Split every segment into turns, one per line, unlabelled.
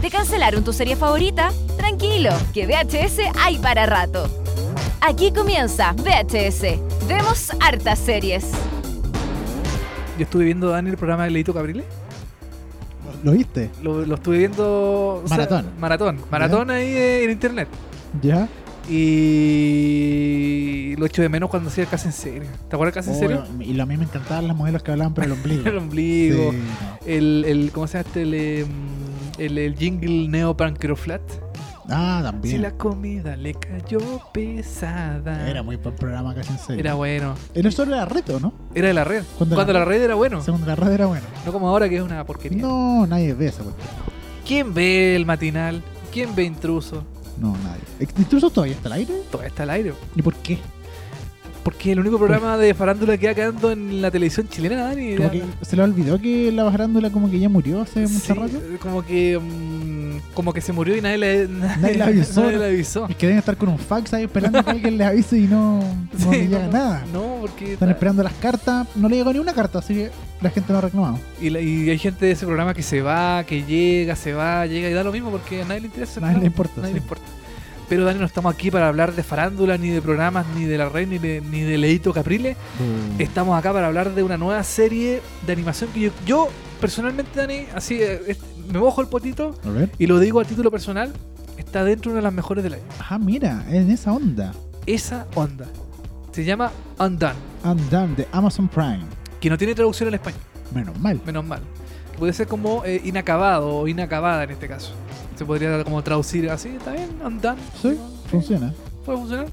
¿Te cancelaron tu serie favorita? Tranquilo, que VHS hay para rato. Aquí comienza VHS. Vemos hartas series.
Yo estuve viendo, Dani, el programa de Leito Cabriles.
¿Lo viste?
Lo, lo estuve viendo... o sea,
Maratón.
maratón. Maratón ahí de- en internet.
¿Ya?
Y lo echo de menos cuando hacía Casa en Serio. ¿Te acuerdas de Casa en
Oh,
Serio?
lo- y lo- a mí me encantaban las modelos que hablaban por el ombligo.
El ombligo,
Sí, no.
el, el, ¿cómo se llama este? El, eh, mm, el, el jingle Neo Pancroflat.
Ah,
Si
también.
la comida le cayó pesada.
Era muy buen programa casi en serio.
Era bueno.
En eso era reto, ¿no?
Era de la red.
Cuando
Cuando,
la-
la red era bueno.
Según la red era bueno.
No como ahora que es una porquería.
No, nadie ve esa cuestión.
¿Quién ve el matinal? ¿Quién ve intruso?
No, nadie. ¿Intruso todavía está al aire?
Todo está al aire.
¿Y por qué?
Porque el único programa de farándula que ha quedando en la televisión chilena, Dani.
Como
era-
que se le olvidó que la bajarándula como que ya murió hace
Sí,
mucho rato.
Como que mm, como que se murió y nadie le nadie,
Nadie le avisó.
nadie le avisó.
Es que deben estar con un fax ahí esperando que alguien les avise y no, no
Sí,
les llega
no,
nada.
No, porque
Están esperando las cartas. No le llegó ni una carta, así que la gente no ha reclamado.
y, la- y hay gente de ese programa que se va, que llega, se va, llega y da lo mismo porque a nadie le interesa. ese
Nadie le
programa,
importa,
nadie
sí.
le importa. Pero Dani, no estamos aquí para hablar de farándula, ni de programas, ni de la red, ni de, ni de Leito Caprile.
De-
Estamos acá para hablar de una nueva serie de animación que yo, yo personalmente, Dani, así eh, este- me mojo el potito
A ver.
y lo digo a título personal, está dentro de una de las mejores del año.
Ah, mira, es en esa onda.
esa onda. Se llama Undone,
Undone de Amazon Prime.
que no tiene traducción al español,
Menos mal.
menos mal. Puede ser como eh, inacabado o inacabada en este caso. Se podría como traducir así, está bien, Undone.
Sí, funciona.
Puede funcionar.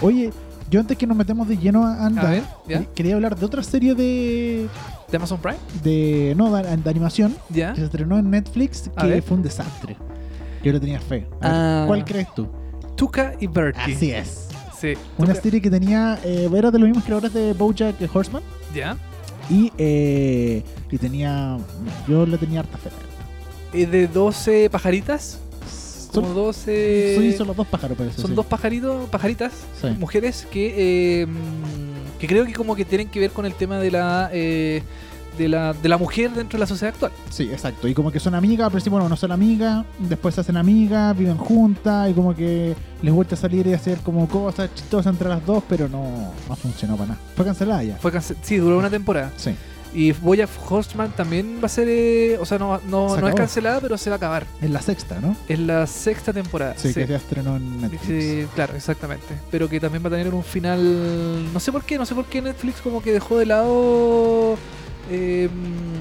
Oye, yo antes que nos metemos de lleno a
A ver,
Undone,
ya.
quer- quería hablar de otra serie de,
De Amazon Prime,
de no de, de animación
ya.
que se estrenó en Netflix
A
que
ver.
fue un desastre. Yo le tenía fe. A ver,
Ah.
¿Cuál crees tú?
Tuca y Bertie.
Así es.
Sí.
Una
Tuca-
serie que tenía eh, era de los mismos creadores de BoJack Horseman
Ya.
y eh, y tenía yo le tenía harta fe.
Es de 12 pajaritas. Como
Son,
12.
sí, son los dos pájaros parece.
son
sí.
dos pajaritos, pajaritas,
Sí.
mujeres que eh, mm, que creo que como que tienen que ver con el tema de la eh, de la, de la mujer dentro de la sociedad actual.
Sí, exacto. Y como que son amigas, al principio, bueno, no son amigas, después se hacen amigas, viven juntas y como que les vuelve a salir y hacer como cosas chistosas entre las dos, pero no, no funcionó para nada. Fue cancelada ya.
Fue cance- sí, duró una temporada.
Sí.
Y Boya Horseman también va a ser, eh, o sea, no, no,
Se
no es
acabó.
cancelada, pero se va a acabar.
En la sexta, ¿no?
Es la sexta temporada.
Sí,
sí.
que se estrenó en Netflix.
Sí, claro, exactamente. Pero que también va a tener un final. No sé por qué, no sé por qué Netflix como que dejó de lado eh,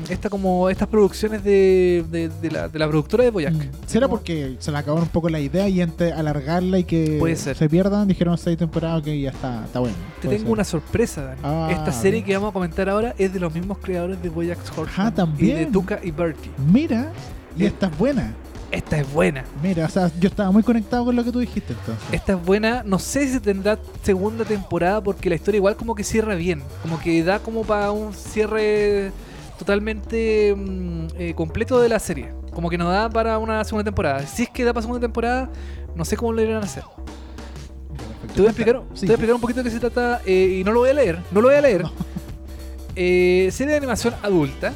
esta como estas producciones de, de, de la, de la productora de Boyac.
Mm. ¿Será
Como-
porque se le acabó un poco la idea y antes alargarla y que
Puede ser.
se pierdan, dijeron seis temporadas que ya está, está bueno?
Te
Puede
tengo
ser.
una sorpresa, Dani.
Ah,
Esta serie
bien.
que vamos a comentar ahora es de los mismos creadores de Boyac Horseman
Ah, también.
y de Tuca y Bertie.
Mira, y
Eh.
esta es buena.
Esta es buena.
Mira, o sea, yo estaba muy conectado con lo que tú dijiste entonces.
Esta es buena, no sé si tendrá segunda temporada porque la historia igual como que cierra bien, como que da como para un cierre totalmente mm, eh, completo de la serie, como que no da para una segunda temporada. Si es que da para segunda temporada, no sé cómo lo irán a hacer. Te voy a explicar, te voy a explicar un poquito de qué se trata eh, y no lo voy a leer, no lo voy a leer.
No.
Eh, serie de animación adulta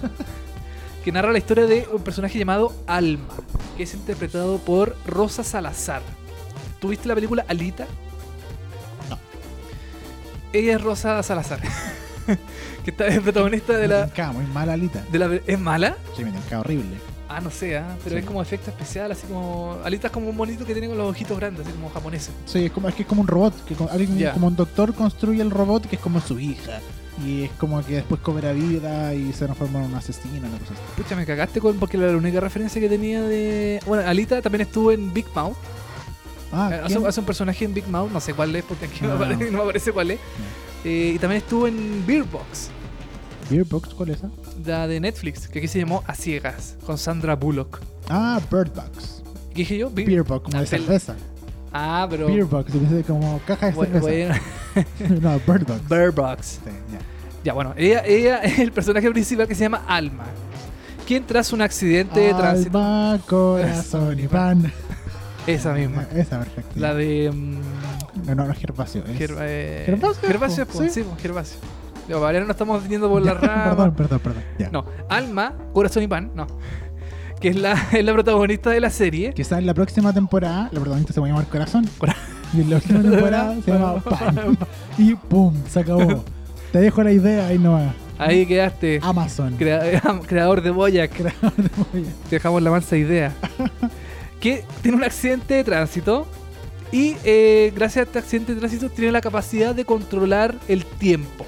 que narra la historia de un personaje llamado Alma, que es interpretado por Rosa Salazar. ¿Tuviste la película Alita?
No.
Ella es Rosa Salazar, que está, es protagonista de la,
muy mala Alita.
de la... ¿Es mala?
Sí, me tinca horrible.
Ah, no sé, ah, pero
Sí.
es como efecto especial, así como... Alita es como un monito que tiene con los ojitos grandes, así como japoneses.
Sí, es, como, es que es como un robot, que como, alguien-
Ya.
como un doctor construye el robot que es como su hija. Y es como que después cobra vida y se transforma en un asesino, una cosa así.
Pucha, me cagaste con porque era la única referencia que tenía de... Bueno, Alita también estuvo en Big Mouth.
Ah,
Eh, hace,
¿quién?
hace un personaje en Big Mouth, no sé cuál es porque aquí
Ah.
no, me aparece, no me aparece cuál es. Eh, y también estuvo en Beer Box,
Beer Box, ¿cuál es esa?
la de Netflix, que aquí se llamó A Ciegas, con Sandra Bullock.
Ah, Bird Box.
¿Qué dije yo? Beer-
Beer Box, como
Ah,
de
pel-
cerveza.
Ah, pero...
Beer Box, se dice como caja de
Bueno,
cerveza.
bueno,
no, Bird Box.
Beer Box.
Sí, ya.
Ya, bueno, ella, ella es el personaje principal que se llama Alma, quien tras un accidente de tránsito...
Alma, corazón y pan.
Esa misma,
Esa, perfecta.
la de... mm,
No, no, no es Gervasio. Es...
Gerva- eh,
Gervasio,
Gervasio,
po,
po,
sí.
sí, po, Gervasio. Digo, para variar, no estamos viniendo por
Ya,
la rama.
Perdón, perdón, perdón. Ya.
No, alma, corazón y pan, no. que es la, es la protagonista de la serie.
Quizás en la próxima temporada, la protagonista se va a llamar Corazón.
Cora-
Y en la última temporada se llama Pan. Y pum, se acabó. Te dejo la idea ahí nomás.
Ahí quedaste,
Amazon.
crea- creador de Boyac. Te dejamos la mansa idea. que tiene un accidente de tránsito y eh, gracias a este accidente de tránsito tiene la capacidad de controlar el tiempo.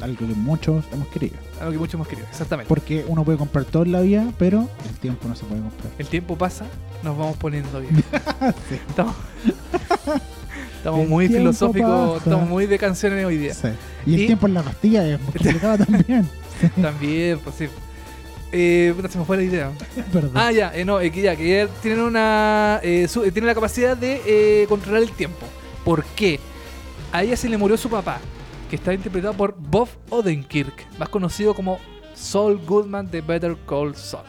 Algo que muchos hemos querido.
Algo que muchos hemos querido, exactamente.
Porque uno puede comprar todo en la vida, pero el tiempo no se puede comprar.
El tiempo pasa, nos vamos poniendo bien. Estamos, estamos
El
muy
tiempo
filosóficos,
pasa.
estamos muy de canciones hoy día.
Sí. Y el
Y-
tiempo en la pastilla es muy complicado también.
También, pues sí. Eh, puta, se me fue la idea.
Perdón.
Ah, ya, eh, no, eh, que ya, que ya tienen una. eh, su- eh, tienen la capacidad de eh, controlar el tiempo. ¿Por qué? A ella se le murió su papá, que está interpretado por Bob Odenkirk, más conocido como Saul Goodman de Better Call Saul.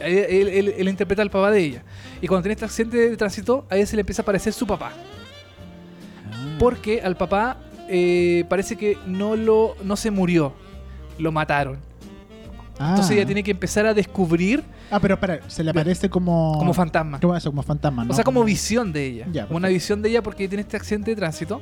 Él, él- él- él interpreta al papá de ella. Y cuando tiene este accidente de tránsito, a ella se le empieza a aparecer su papá.
Mm.
Porque al papá eh, parece que no, lo, no se murió, lo mataron.
Ah.
Entonces ella tiene que empezar a descubrir
Ah, pero espera, se le aparece como.
como fantasma.
como eso, como fantasma, ¿no?
O sea, como visión de ella.
Ya,
Como una
perfecto. Mm.
visión de ella porque tiene este accidente de tránsito.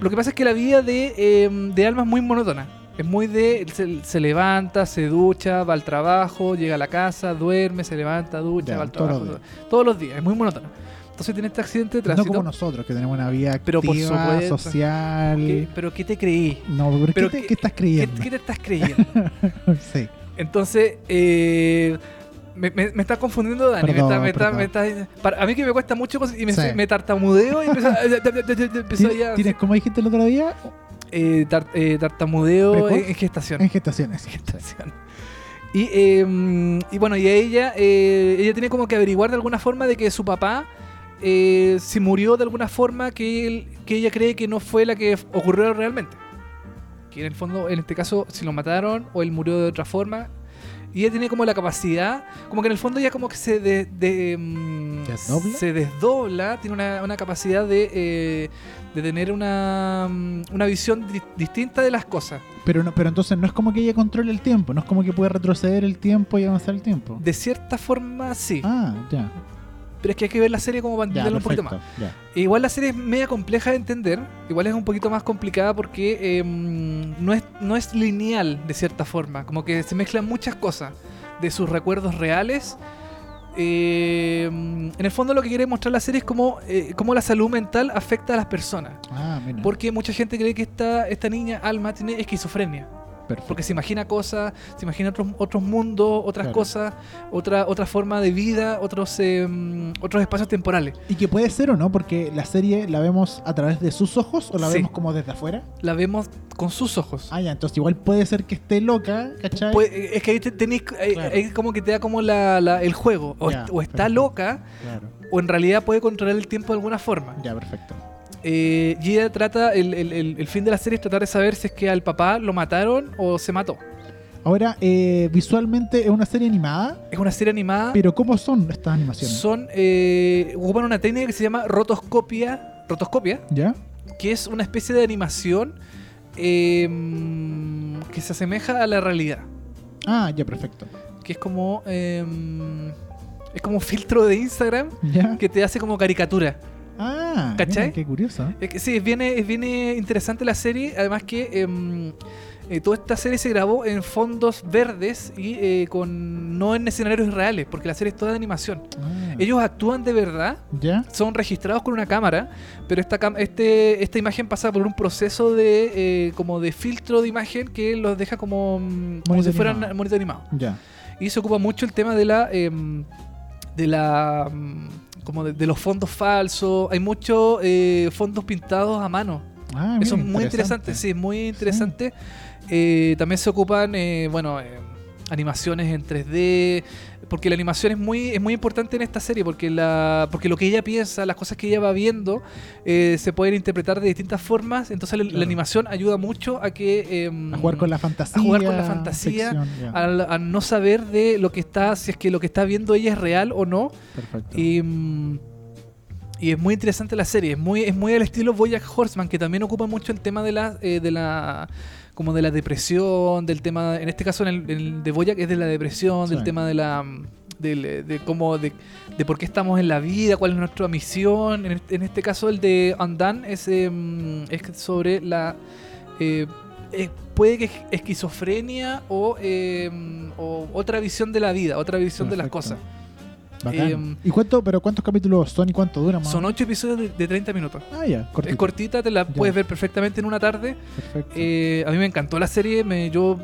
Lo que pasa es que la vida de, eh, de Alma es muy monótona. Es muy de. Se, se levanta, se ducha, va al trabajo, llega a la casa, duerme, se levanta, ducha,
Ya,
va al
todos
trabajo.
los días.
Todos los días. es muy monótona. Entonces tiene este accidente de
No
tránsito.
como nosotros, que tenemos una vida activa,
Pero por supuesto.
social.
¿Qué- ¿Pero qué te creí?
No, pero,
Pero
¿qué, te-
que-
qué estás
¿Qué,
creyendo?
qué te estás creyendo?
sí.
Entonces, eh, me, me, me está confundiendo Dani.
Perdón,
me está, me está,
perdón.
me está- para- a mí que me cuesta mucho cosas y me,
Sí.
me tartamudeo y empiezo, empiezo
Tien-
ya-
Tienes, como dijiste el otro día,
eh, tar- eh, tartamudeo
¿Precoz?
en, en gestación.
en gestaciones.
Gestación. Y, eh, y bueno, y a ella, eh, ella tiene como que averiguar de alguna forma de que su papá eh, se murió de alguna forma que, él- que ella cree que no fue la que f- ocurrió realmente. Que en el fondo, en este caso, si lo mataron o él murió de otra forma. Y ella tiene como la capacidad, como que en el fondo ella como que se, de- de, mm,
¿Desdobla?
se desdobla, tiene una, una capacidad de, eh, de tener una, mm, una visión di- distinta de las cosas.
Pero, no, pero entonces no es como que ella controle el tiempo, no es como que puede retroceder el tiempo y avanzar el tiempo.
De cierta forma, sí.
Ah, ya.
Pero es que hay que ver la serie como para
Ya,
entenderlo un poquito más.
perfecto, ya.
E igual la serie es media compleja de entender. Igual es un poquito más complicada porque eh, no, es, no es lineal de cierta forma. Como que se mezclan muchas cosas de sus recuerdos reales. Eh, en el fondo lo que quiere mostrar la serie es cómo, eh, cómo la salud mental afecta a las personas.
Ah, mira.
Porque mucha gente cree que esta, esta niña, Alma, tiene esquizofrenia.
perfecto.
Porque se imagina cosas, se imagina otros, otros mundos, otras
Claro.
cosas, otra, otra forma de vida, otros, eh, mm, otros espacios temporales.
Y que puede ser o no, porque la serie la vemos a través de sus ojos o la
Sí.
vemos como desde afuera.
La vemos con sus ojos.
Ah, ya, entonces igual puede ser que esté loca, ¿cachai?
Pues, eh, es que ahí te- tenés, ahí-
Claro.
ahí como que te da como la, la- el juego. O,
Ya,
o está
perfecto.
loca,
Claro.
o en realidad puede controlar el tiempo de alguna forma.
Ya, perfecto.
Eh, y ella trata, el, el- el- el fin de la serie es tratar de saber si es que al papá lo mataron o se mató.
Ahora, eh, visualmente es una serie animada,
Es una serie animada.
pero ¿cómo Ah. son estas animaciones?
Son, eh, ocupan una técnica que se llama rotoscopia. Rotoscopia.
¿Ya?
que es una especie de animación em, que se asemeja a la realidad.
Ah, ya, perfecto.
Que es como. em, es como un filtro de Instagram
¿Ya?
que te hace como caricatura.
Ah,
¿Cachai?
mira, qué curioso.
Es que sí, es bien, es bien eh, interesante la serie. Además que em, eh, toda esta serie se grabó en fondos verdes y eh, con no en escenarios reales, porque la serie es toda de animación.
Ah,
Ellos actúan de verdad
¿Ya?
son registrados con una cámara, pero esta, cam- este, esta imagen pasa por un proceso de eh, como de filtro de imagen que los deja como, mm, como
Monitor
si fueran
animado.
monitor animado.
Ya.
Y se ocupa mucho el tema de la em, de la mm, como de, de los fondos falsos. Hay muchos eh, fondos pintados a mano.
Ah, mira,
Eso es muy interesante, sí, es muy interesante. Eh, también se ocupan, eh, bueno, eh, animaciones en 3D, porque la animación es muy, es muy importante en esta serie, porque, la, porque lo que ella piensa, las cosas que ella va viendo, eh, se pueden interpretar de distintas formas, entonces la, la
Claro.
animación ayuda mucho a que... em,
A jugar con la fantasía.
jugar con la fantasía,
ficción, ya,
al- a no saber de lo que está, si es que lo que está viendo ella es real o no,
perfecto.
y, mm, y es muy interesante la serie. Es muy, es muy al estilo Boyack Horseman, que también ocupa mucho el tema de la, eh, de la como de la depresión, del tema, en este caso en el, en el de Boyac es de la depresión, del
Sí.
tema de la mm, del- eh, de cómo de, de por qué estamos en la vida, cuál es nuestra misión. En, est- en este caso el de Andan es, eh, mm, es sobre la eh, eh, puede que es- esquizofrenia o, eh, mm, o otra visión de la vida, otra visión de las
Perfecto.
cosas.
Bacán.
Eh,
¿Y cuánto, pero cuántos capítulos son y cuánto duran más?
Son ocho episodios de, de 30 minutos.
Ah, ya,
Es
cortito.
cortita, te la
Ya.
puedes ver perfectamente en una tarde.
Perfecto.
Eh, a mí me encantó la serie. Me, yo,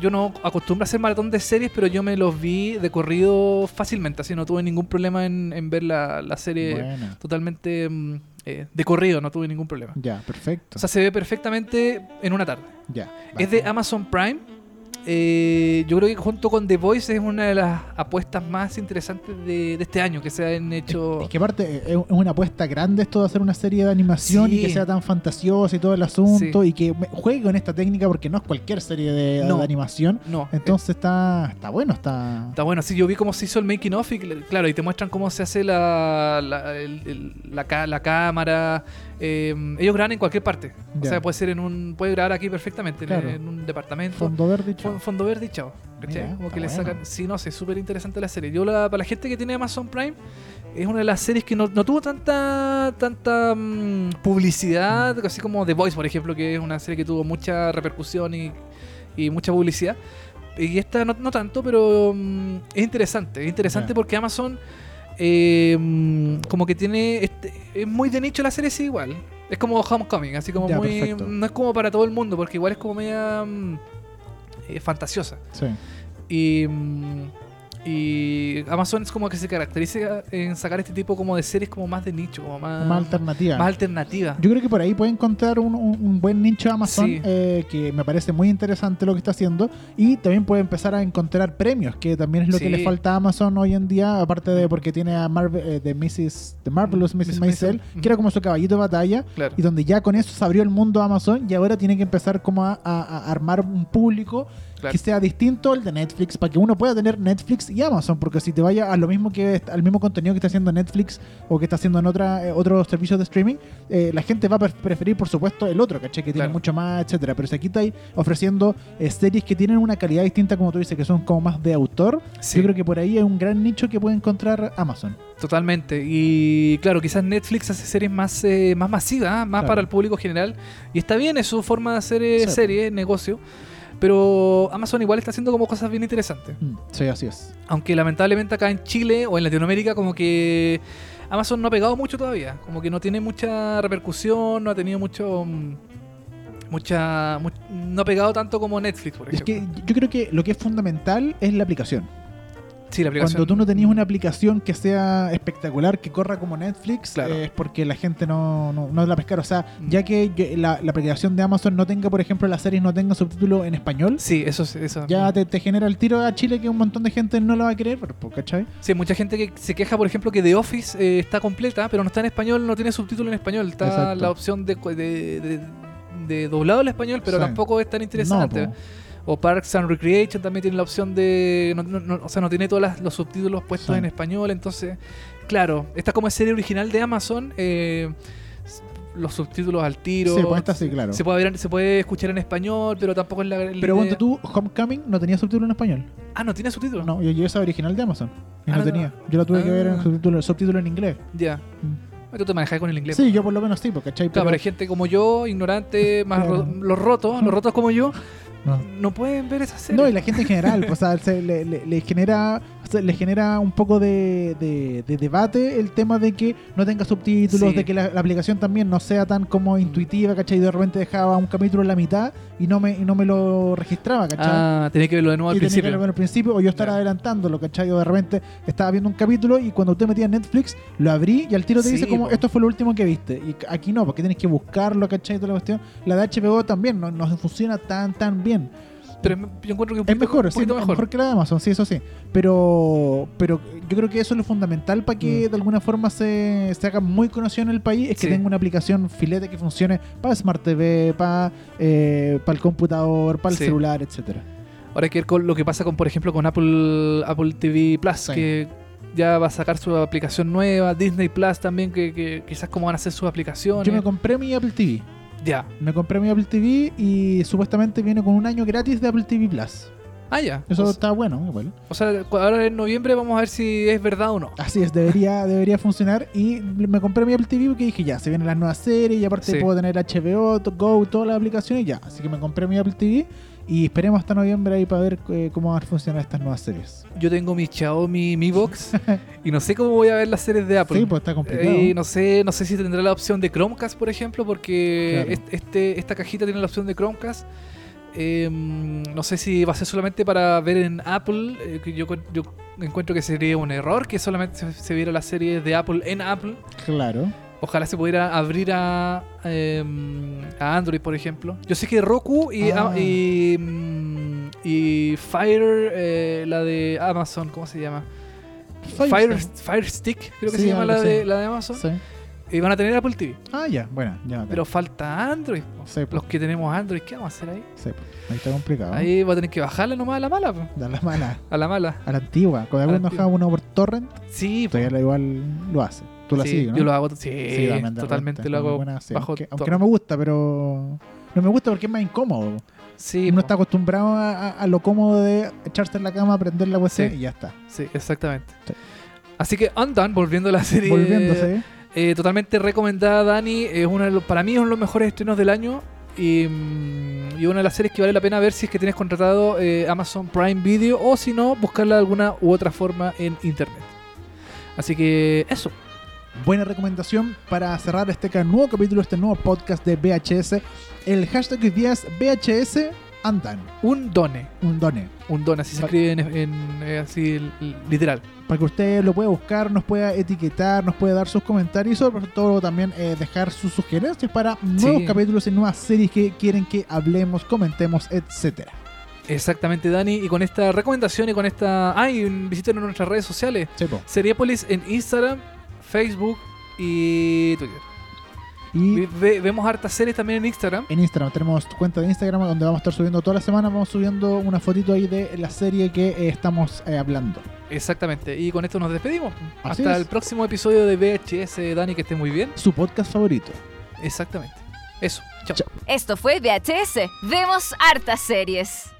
yo no acostumbro a hacer maratón de series, pero yo me los vi de corrido fácilmente. Así no tuve ningún problema en, en ver la, la serie
Buena.
totalmente mm, eh, de corrido. No tuve ningún problema.
Ya, perfecto.
O sea, se ve perfectamente en una tarde.
ya.
Es de
bacán.
Amazon Prime. Eh, yo creo que junto con The Voice es una de las apuestas más interesantes de, de este año que se han hecho.
Es que aparte eh, es una apuesta grande esto de hacer una serie de animación y que
Sí.
sea tan fantasiosa y todo el asunto y que me- juegue con esta técnica porque no es cualquier serie de,
No.
de animación.
No, eh,
Entonces está, está bueno, está...
Está bueno, sí, yo vi cómo se hizo el making of y cl- claro, y te muestran cómo se hace la, la, el- el- la, ca- la cámara. Eh, ellos graban en cualquier parte. O
Ya.
sea, puede ser en un. puede grabar aquí perfectamente, en-
Claro.
en, un departamento. Fondo,
Fondo verde y chao.
fondo verde y chao. ¿cachai?
Mira,
Como
está
que le
bueno.
sacan. Sí, no sé, súper interesante la serie. Yo la, para la gente que tiene Amazon Prime, es una de las series que no, no tuvo tanta tanta mm, publicidad, así como The Voice, por ejemplo, que es una serie que tuvo mucha repercusión y, y mucha publicidad. Y esta no, no tanto, pero mm, es interesante. Es interesante
Ya.
porque Amazon eh, mm, como que tiene... este- es muy de nicho la serie, sí, igual. Es como Homecoming, así como
Ya,
muy...
perfecto.
No es como para todo el mundo, porque igual es como media mm, eh, fantasiosa.
Sí.
Y, mm, y Amazon es como que se caracteriza en sacar este tipo como de series como más de nicho, como más,
Más alternativa.
Ah, más alternativa.
Yo creo que por ahí puede encontrar un, un- un buen nicho de Amazon
Sí.
eh, que me parece muy interesante lo que está haciendo y también puede empezar a encontrar premios, que también es lo
Sí.
que le falta a Amazon hoy en día, aparte de porque tiene a Marvel, eh, de Mrs. The Marvelous Mrs.
Mrs.
Maisel,
Maisel,
que era como su caballito de batalla
claro.
y donde ya con eso se abrió el mundo a Amazon y ahora tiene que empezar como a, a- a armar un público
Claro.
que sea distinto al de Netflix para que uno pueda tener Netflix y Amazon porque si te vaya a lo mismo que est- al mismo contenido que está haciendo Netflix o que está haciendo en otra eh, otros servicios de streaming eh, la gente va a pre- preferir por supuesto el otro ¿cachai? que tiene
Claro.
mucho más etcétera pero si aquí estáis ofreciendo eh, series que tienen una calidad distinta como tú dices que son como más de autor
Sí.
yo creo que por ahí es un gran nicho que puede encontrar Amazon
Totalmente. Y claro, quizás Netflix hace series más, eh, más masivas, ¿ah? más
Claro.
para el público general. Y está bien, es su forma de hacer eh,
Sí.
serie, negocio. Pero Amazon igual está haciendo como cosas bien interesantes.
Mm, sí así es
Aunque lamentablemente acá en Chile o en Latinoamérica como que Amazon no ha pegado mucho todavía. Como que no tiene mucha repercusión, no ha tenido mucho... mm, Mucha, mu- no ha pegado tanto como Netflix, por
es
ejemplo.
que yo creo que lo que es fundamental es la aplicación
sí, la aplicación.
Cuando tú no tenías una aplicación que sea espectacular, que corra como Netflix,
Claro.
eh, es porque la gente no, no, no la pescaron. O sea,
Mm.
ya que yo- la, la aplicación de Amazon no tenga, por ejemplo, las series no tenga subtítulo en español,
Sí, eso, sí, eso.
ya te, te genera el tiro a Chile que un montón de gente no lo va a querer, pero, pues, ¿cachai?
Sí, mucha gente que se queja, por ejemplo, que The Office eh, está completa, pero no está en español, no tiene subtítulo en español. Está
Exacto.
la opción de, de, de- de doblado al español, pero
Sí.
tampoco es tan interesante.
No, po.
o Parks and Recreation también tiene la opción de... no- no- no- o sea, no tiene todos las- los subtítulos puestos
Sí.
en español, entonces... Claro, esta como es serie original de Amazon, eh, s- los subtítulos al tiro...
Sí, pues esta sí, claro.
Se puede, ver, en- se puede escuchar en español, pero tampoco es la... la idea.
pero ponte tú, Homecoming no tenía subtítulo en español.
Ah, no, tiene subtítulos.
No, yo, yo esa original de Amazon.
Ah,
Y no
no,
tenía. Yo la tuve que ver en
Ah.
subtítulo, subtítulo en inglés.
Ya.
Mm.
Tú te manejas con el inglés.
Sí, yo por lo menos sí, pues, ¿cachai?
Claro, pero hay
Pero-
gente como yo, ignorante, más
Claro.
ro- los rotos, los rotos como yo,
No.
no pueden ver esa serie.
No, y la gente en general, pues, o sea, se- le, le- le genera o sea, le genera un poco de, de- de debate el tema de que no tenga subtítulos,
Sí.
de que la, la aplicación también no sea tan como intuitiva, ¿cachai? De repente dejaba un capítulo en la mitad y no me, y no me lo registraba, ¿cachai?
ah, tenés que verlo de nuevo al
y tenía que
principio.
verlo al principio, o yo estar
Ya.
adelantándolo, ¿cachai? O de repente estaba viendo un capítulo y cuando usted metía en Netflix, lo abrí y al tiro te
Sí,
dice como,
po.
esto fue lo último que viste. Y aquí no, porque tienes que buscarlo, ¿cachai? Toda la cuestión. La de HBO también no, no funciona tan, tan bien.
Pero es- yo encuentro que un
Es
poquito,
mejor,
un
sí,
poquito
es
mejor.
mejor que la de Amazon, sí, eso sí. Pero, pero yo creo que eso es lo fundamental para que de alguna forma se, se haga muy conocido en el país, es que
Mm. Sí.
tenga una aplicación filete que funcione para Smart TV, para eh, el computador, para el
Sí.
celular, etcétera.
Ahora hay que ver con lo que pasa con, por ejemplo, con Apple, Apple TV Plus,
Sí.
que ya va a sacar su aplicación nueva, Disney Plus también, que, que quizás cómo van a ser sus aplicaciones.
Yo me compré mi Apple TV.
Ya.
Me compré mi Apple TV y supuestamente viene con un año gratis de Apple TV Plus.
Ah, ya.
Eso
O sea-
está bueno, igual.
O sea, cu- ahora en noviembre vamos a ver si es verdad o no.
Así es, debería, debería funcionar. Y me compré mi Apple TV porque dije, ya, se vienen las nuevas series y aparte
Sí.
puedo tener HBO, to- Go, todas las aplicaciones, ya. Así que me compré mi Apple TV y esperemos hasta noviembre ahí para ver eh, cómo van a funcionar estas nuevas series.
Yo tengo mi Xiaomi Mi Box y no sé cómo voy a ver las series de Apple.
Sí, pues está complicado.
Eh, no sé, no sé si tendrá la opción de Chromecast, por ejemplo, porque
Claro.
est- este, esta cajita tiene la opción de Chromecast. Eh, mm, no sé si va a ser solamente para ver en Apple. eh, que yo, cu- yo encuentro que sería un error que solamente se, se viera las series de Apple en Apple.
Claro.
Ojalá se pudiera abrir a, eh, a Android, por ejemplo. Yo sé que Roku y, a-
Ah.
y, mm, y Fire, eh, la de Amazon, ¿cómo se llama? Fire, Fire Stick, creo que
Sí,
se llama
algo
la de,
así.
la de Amazon.
Sí.
Y van a tener Apple TV.
Ah, ya, bueno, ya. ok.
Pero falta Android. po.
Sí, po.
Los que tenemos Android, ¿qué vamos a hacer ahí?
Sí, pues, ahí está complicado.
Ahí va a tener que bajarla nomás a la mala. po.
Da la mala.
A la mala.
A la antigua. Cuando
A la
alguien
antigua.
bajaba uno por torrent,
Sí, po.
todavía la igual lo hace. Tú la
Sí,
sigues, ¿no?
Yo lo hago. Sí,
Sí, la manda
Eh, totalmente
renta,
lo
es muy
hago.
buena, sí,
bajo
aunque,
todo.
aunque no me gusta, pero. No me gusta porque es más incómodo.
Sí,
Uno
po.
está acostumbrado a, a- a lo cómodo de echarse en la cama, prender la USB
Sí.
y ya está.
sí, exactamente.
Sí.
Así que Undone, volviendo a la serie.
Volviéndose.
eh, totalmente recomendada, Dani. Es una de los- para mí es uno de los mejores estrenos del año. Y, mm, y una de las series que vale la pena ver si es que tienes contratado eh, Amazon Prime Video o si no, buscarla de alguna u otra forma en internet. Así que eso.
Buena recomendación para cerrar este ca- nuevo capítulo, este nuevo podcast de VHS. El hashtag hoy día es VHS Andan.
Un done.
Un done.
Un don, así se
Va-
escribe en, en- eh, así l- l- literal.
para que usted lo pueda buscar, nos pueda etiquetar, nos pueda dar sus comentarios y sobre todo también eh, dejar sus sugerencias para nuevos
Sí.
capítulos y nuevas series que quieren que hablemos, comentemos, etcétera.
Exactamente, Dani. Y con esta recomendación y con esta. ¡Ay! visiten nuestras redes sociales. Seriepolis en Instagram, Facebook y Twitter.
Y
Ve- ve- vemos hartas series también en Instagram.
en Instagram tenemos cuenta de Instagram donde vamos a estar subiendo toda la semana, vamos subiendo una fotito ahí de la serie que eh, estamos eh, hablando.
Exactamente. Y con esto nos despedimos.
Así
Hasta
es.
el próximo episodio de VHS, Dani. Que esté muy bien.
Su podcast favorito.
Exactamente. Eso. Chao.
Chao.
Esto fue VHS. Vemos hartas series.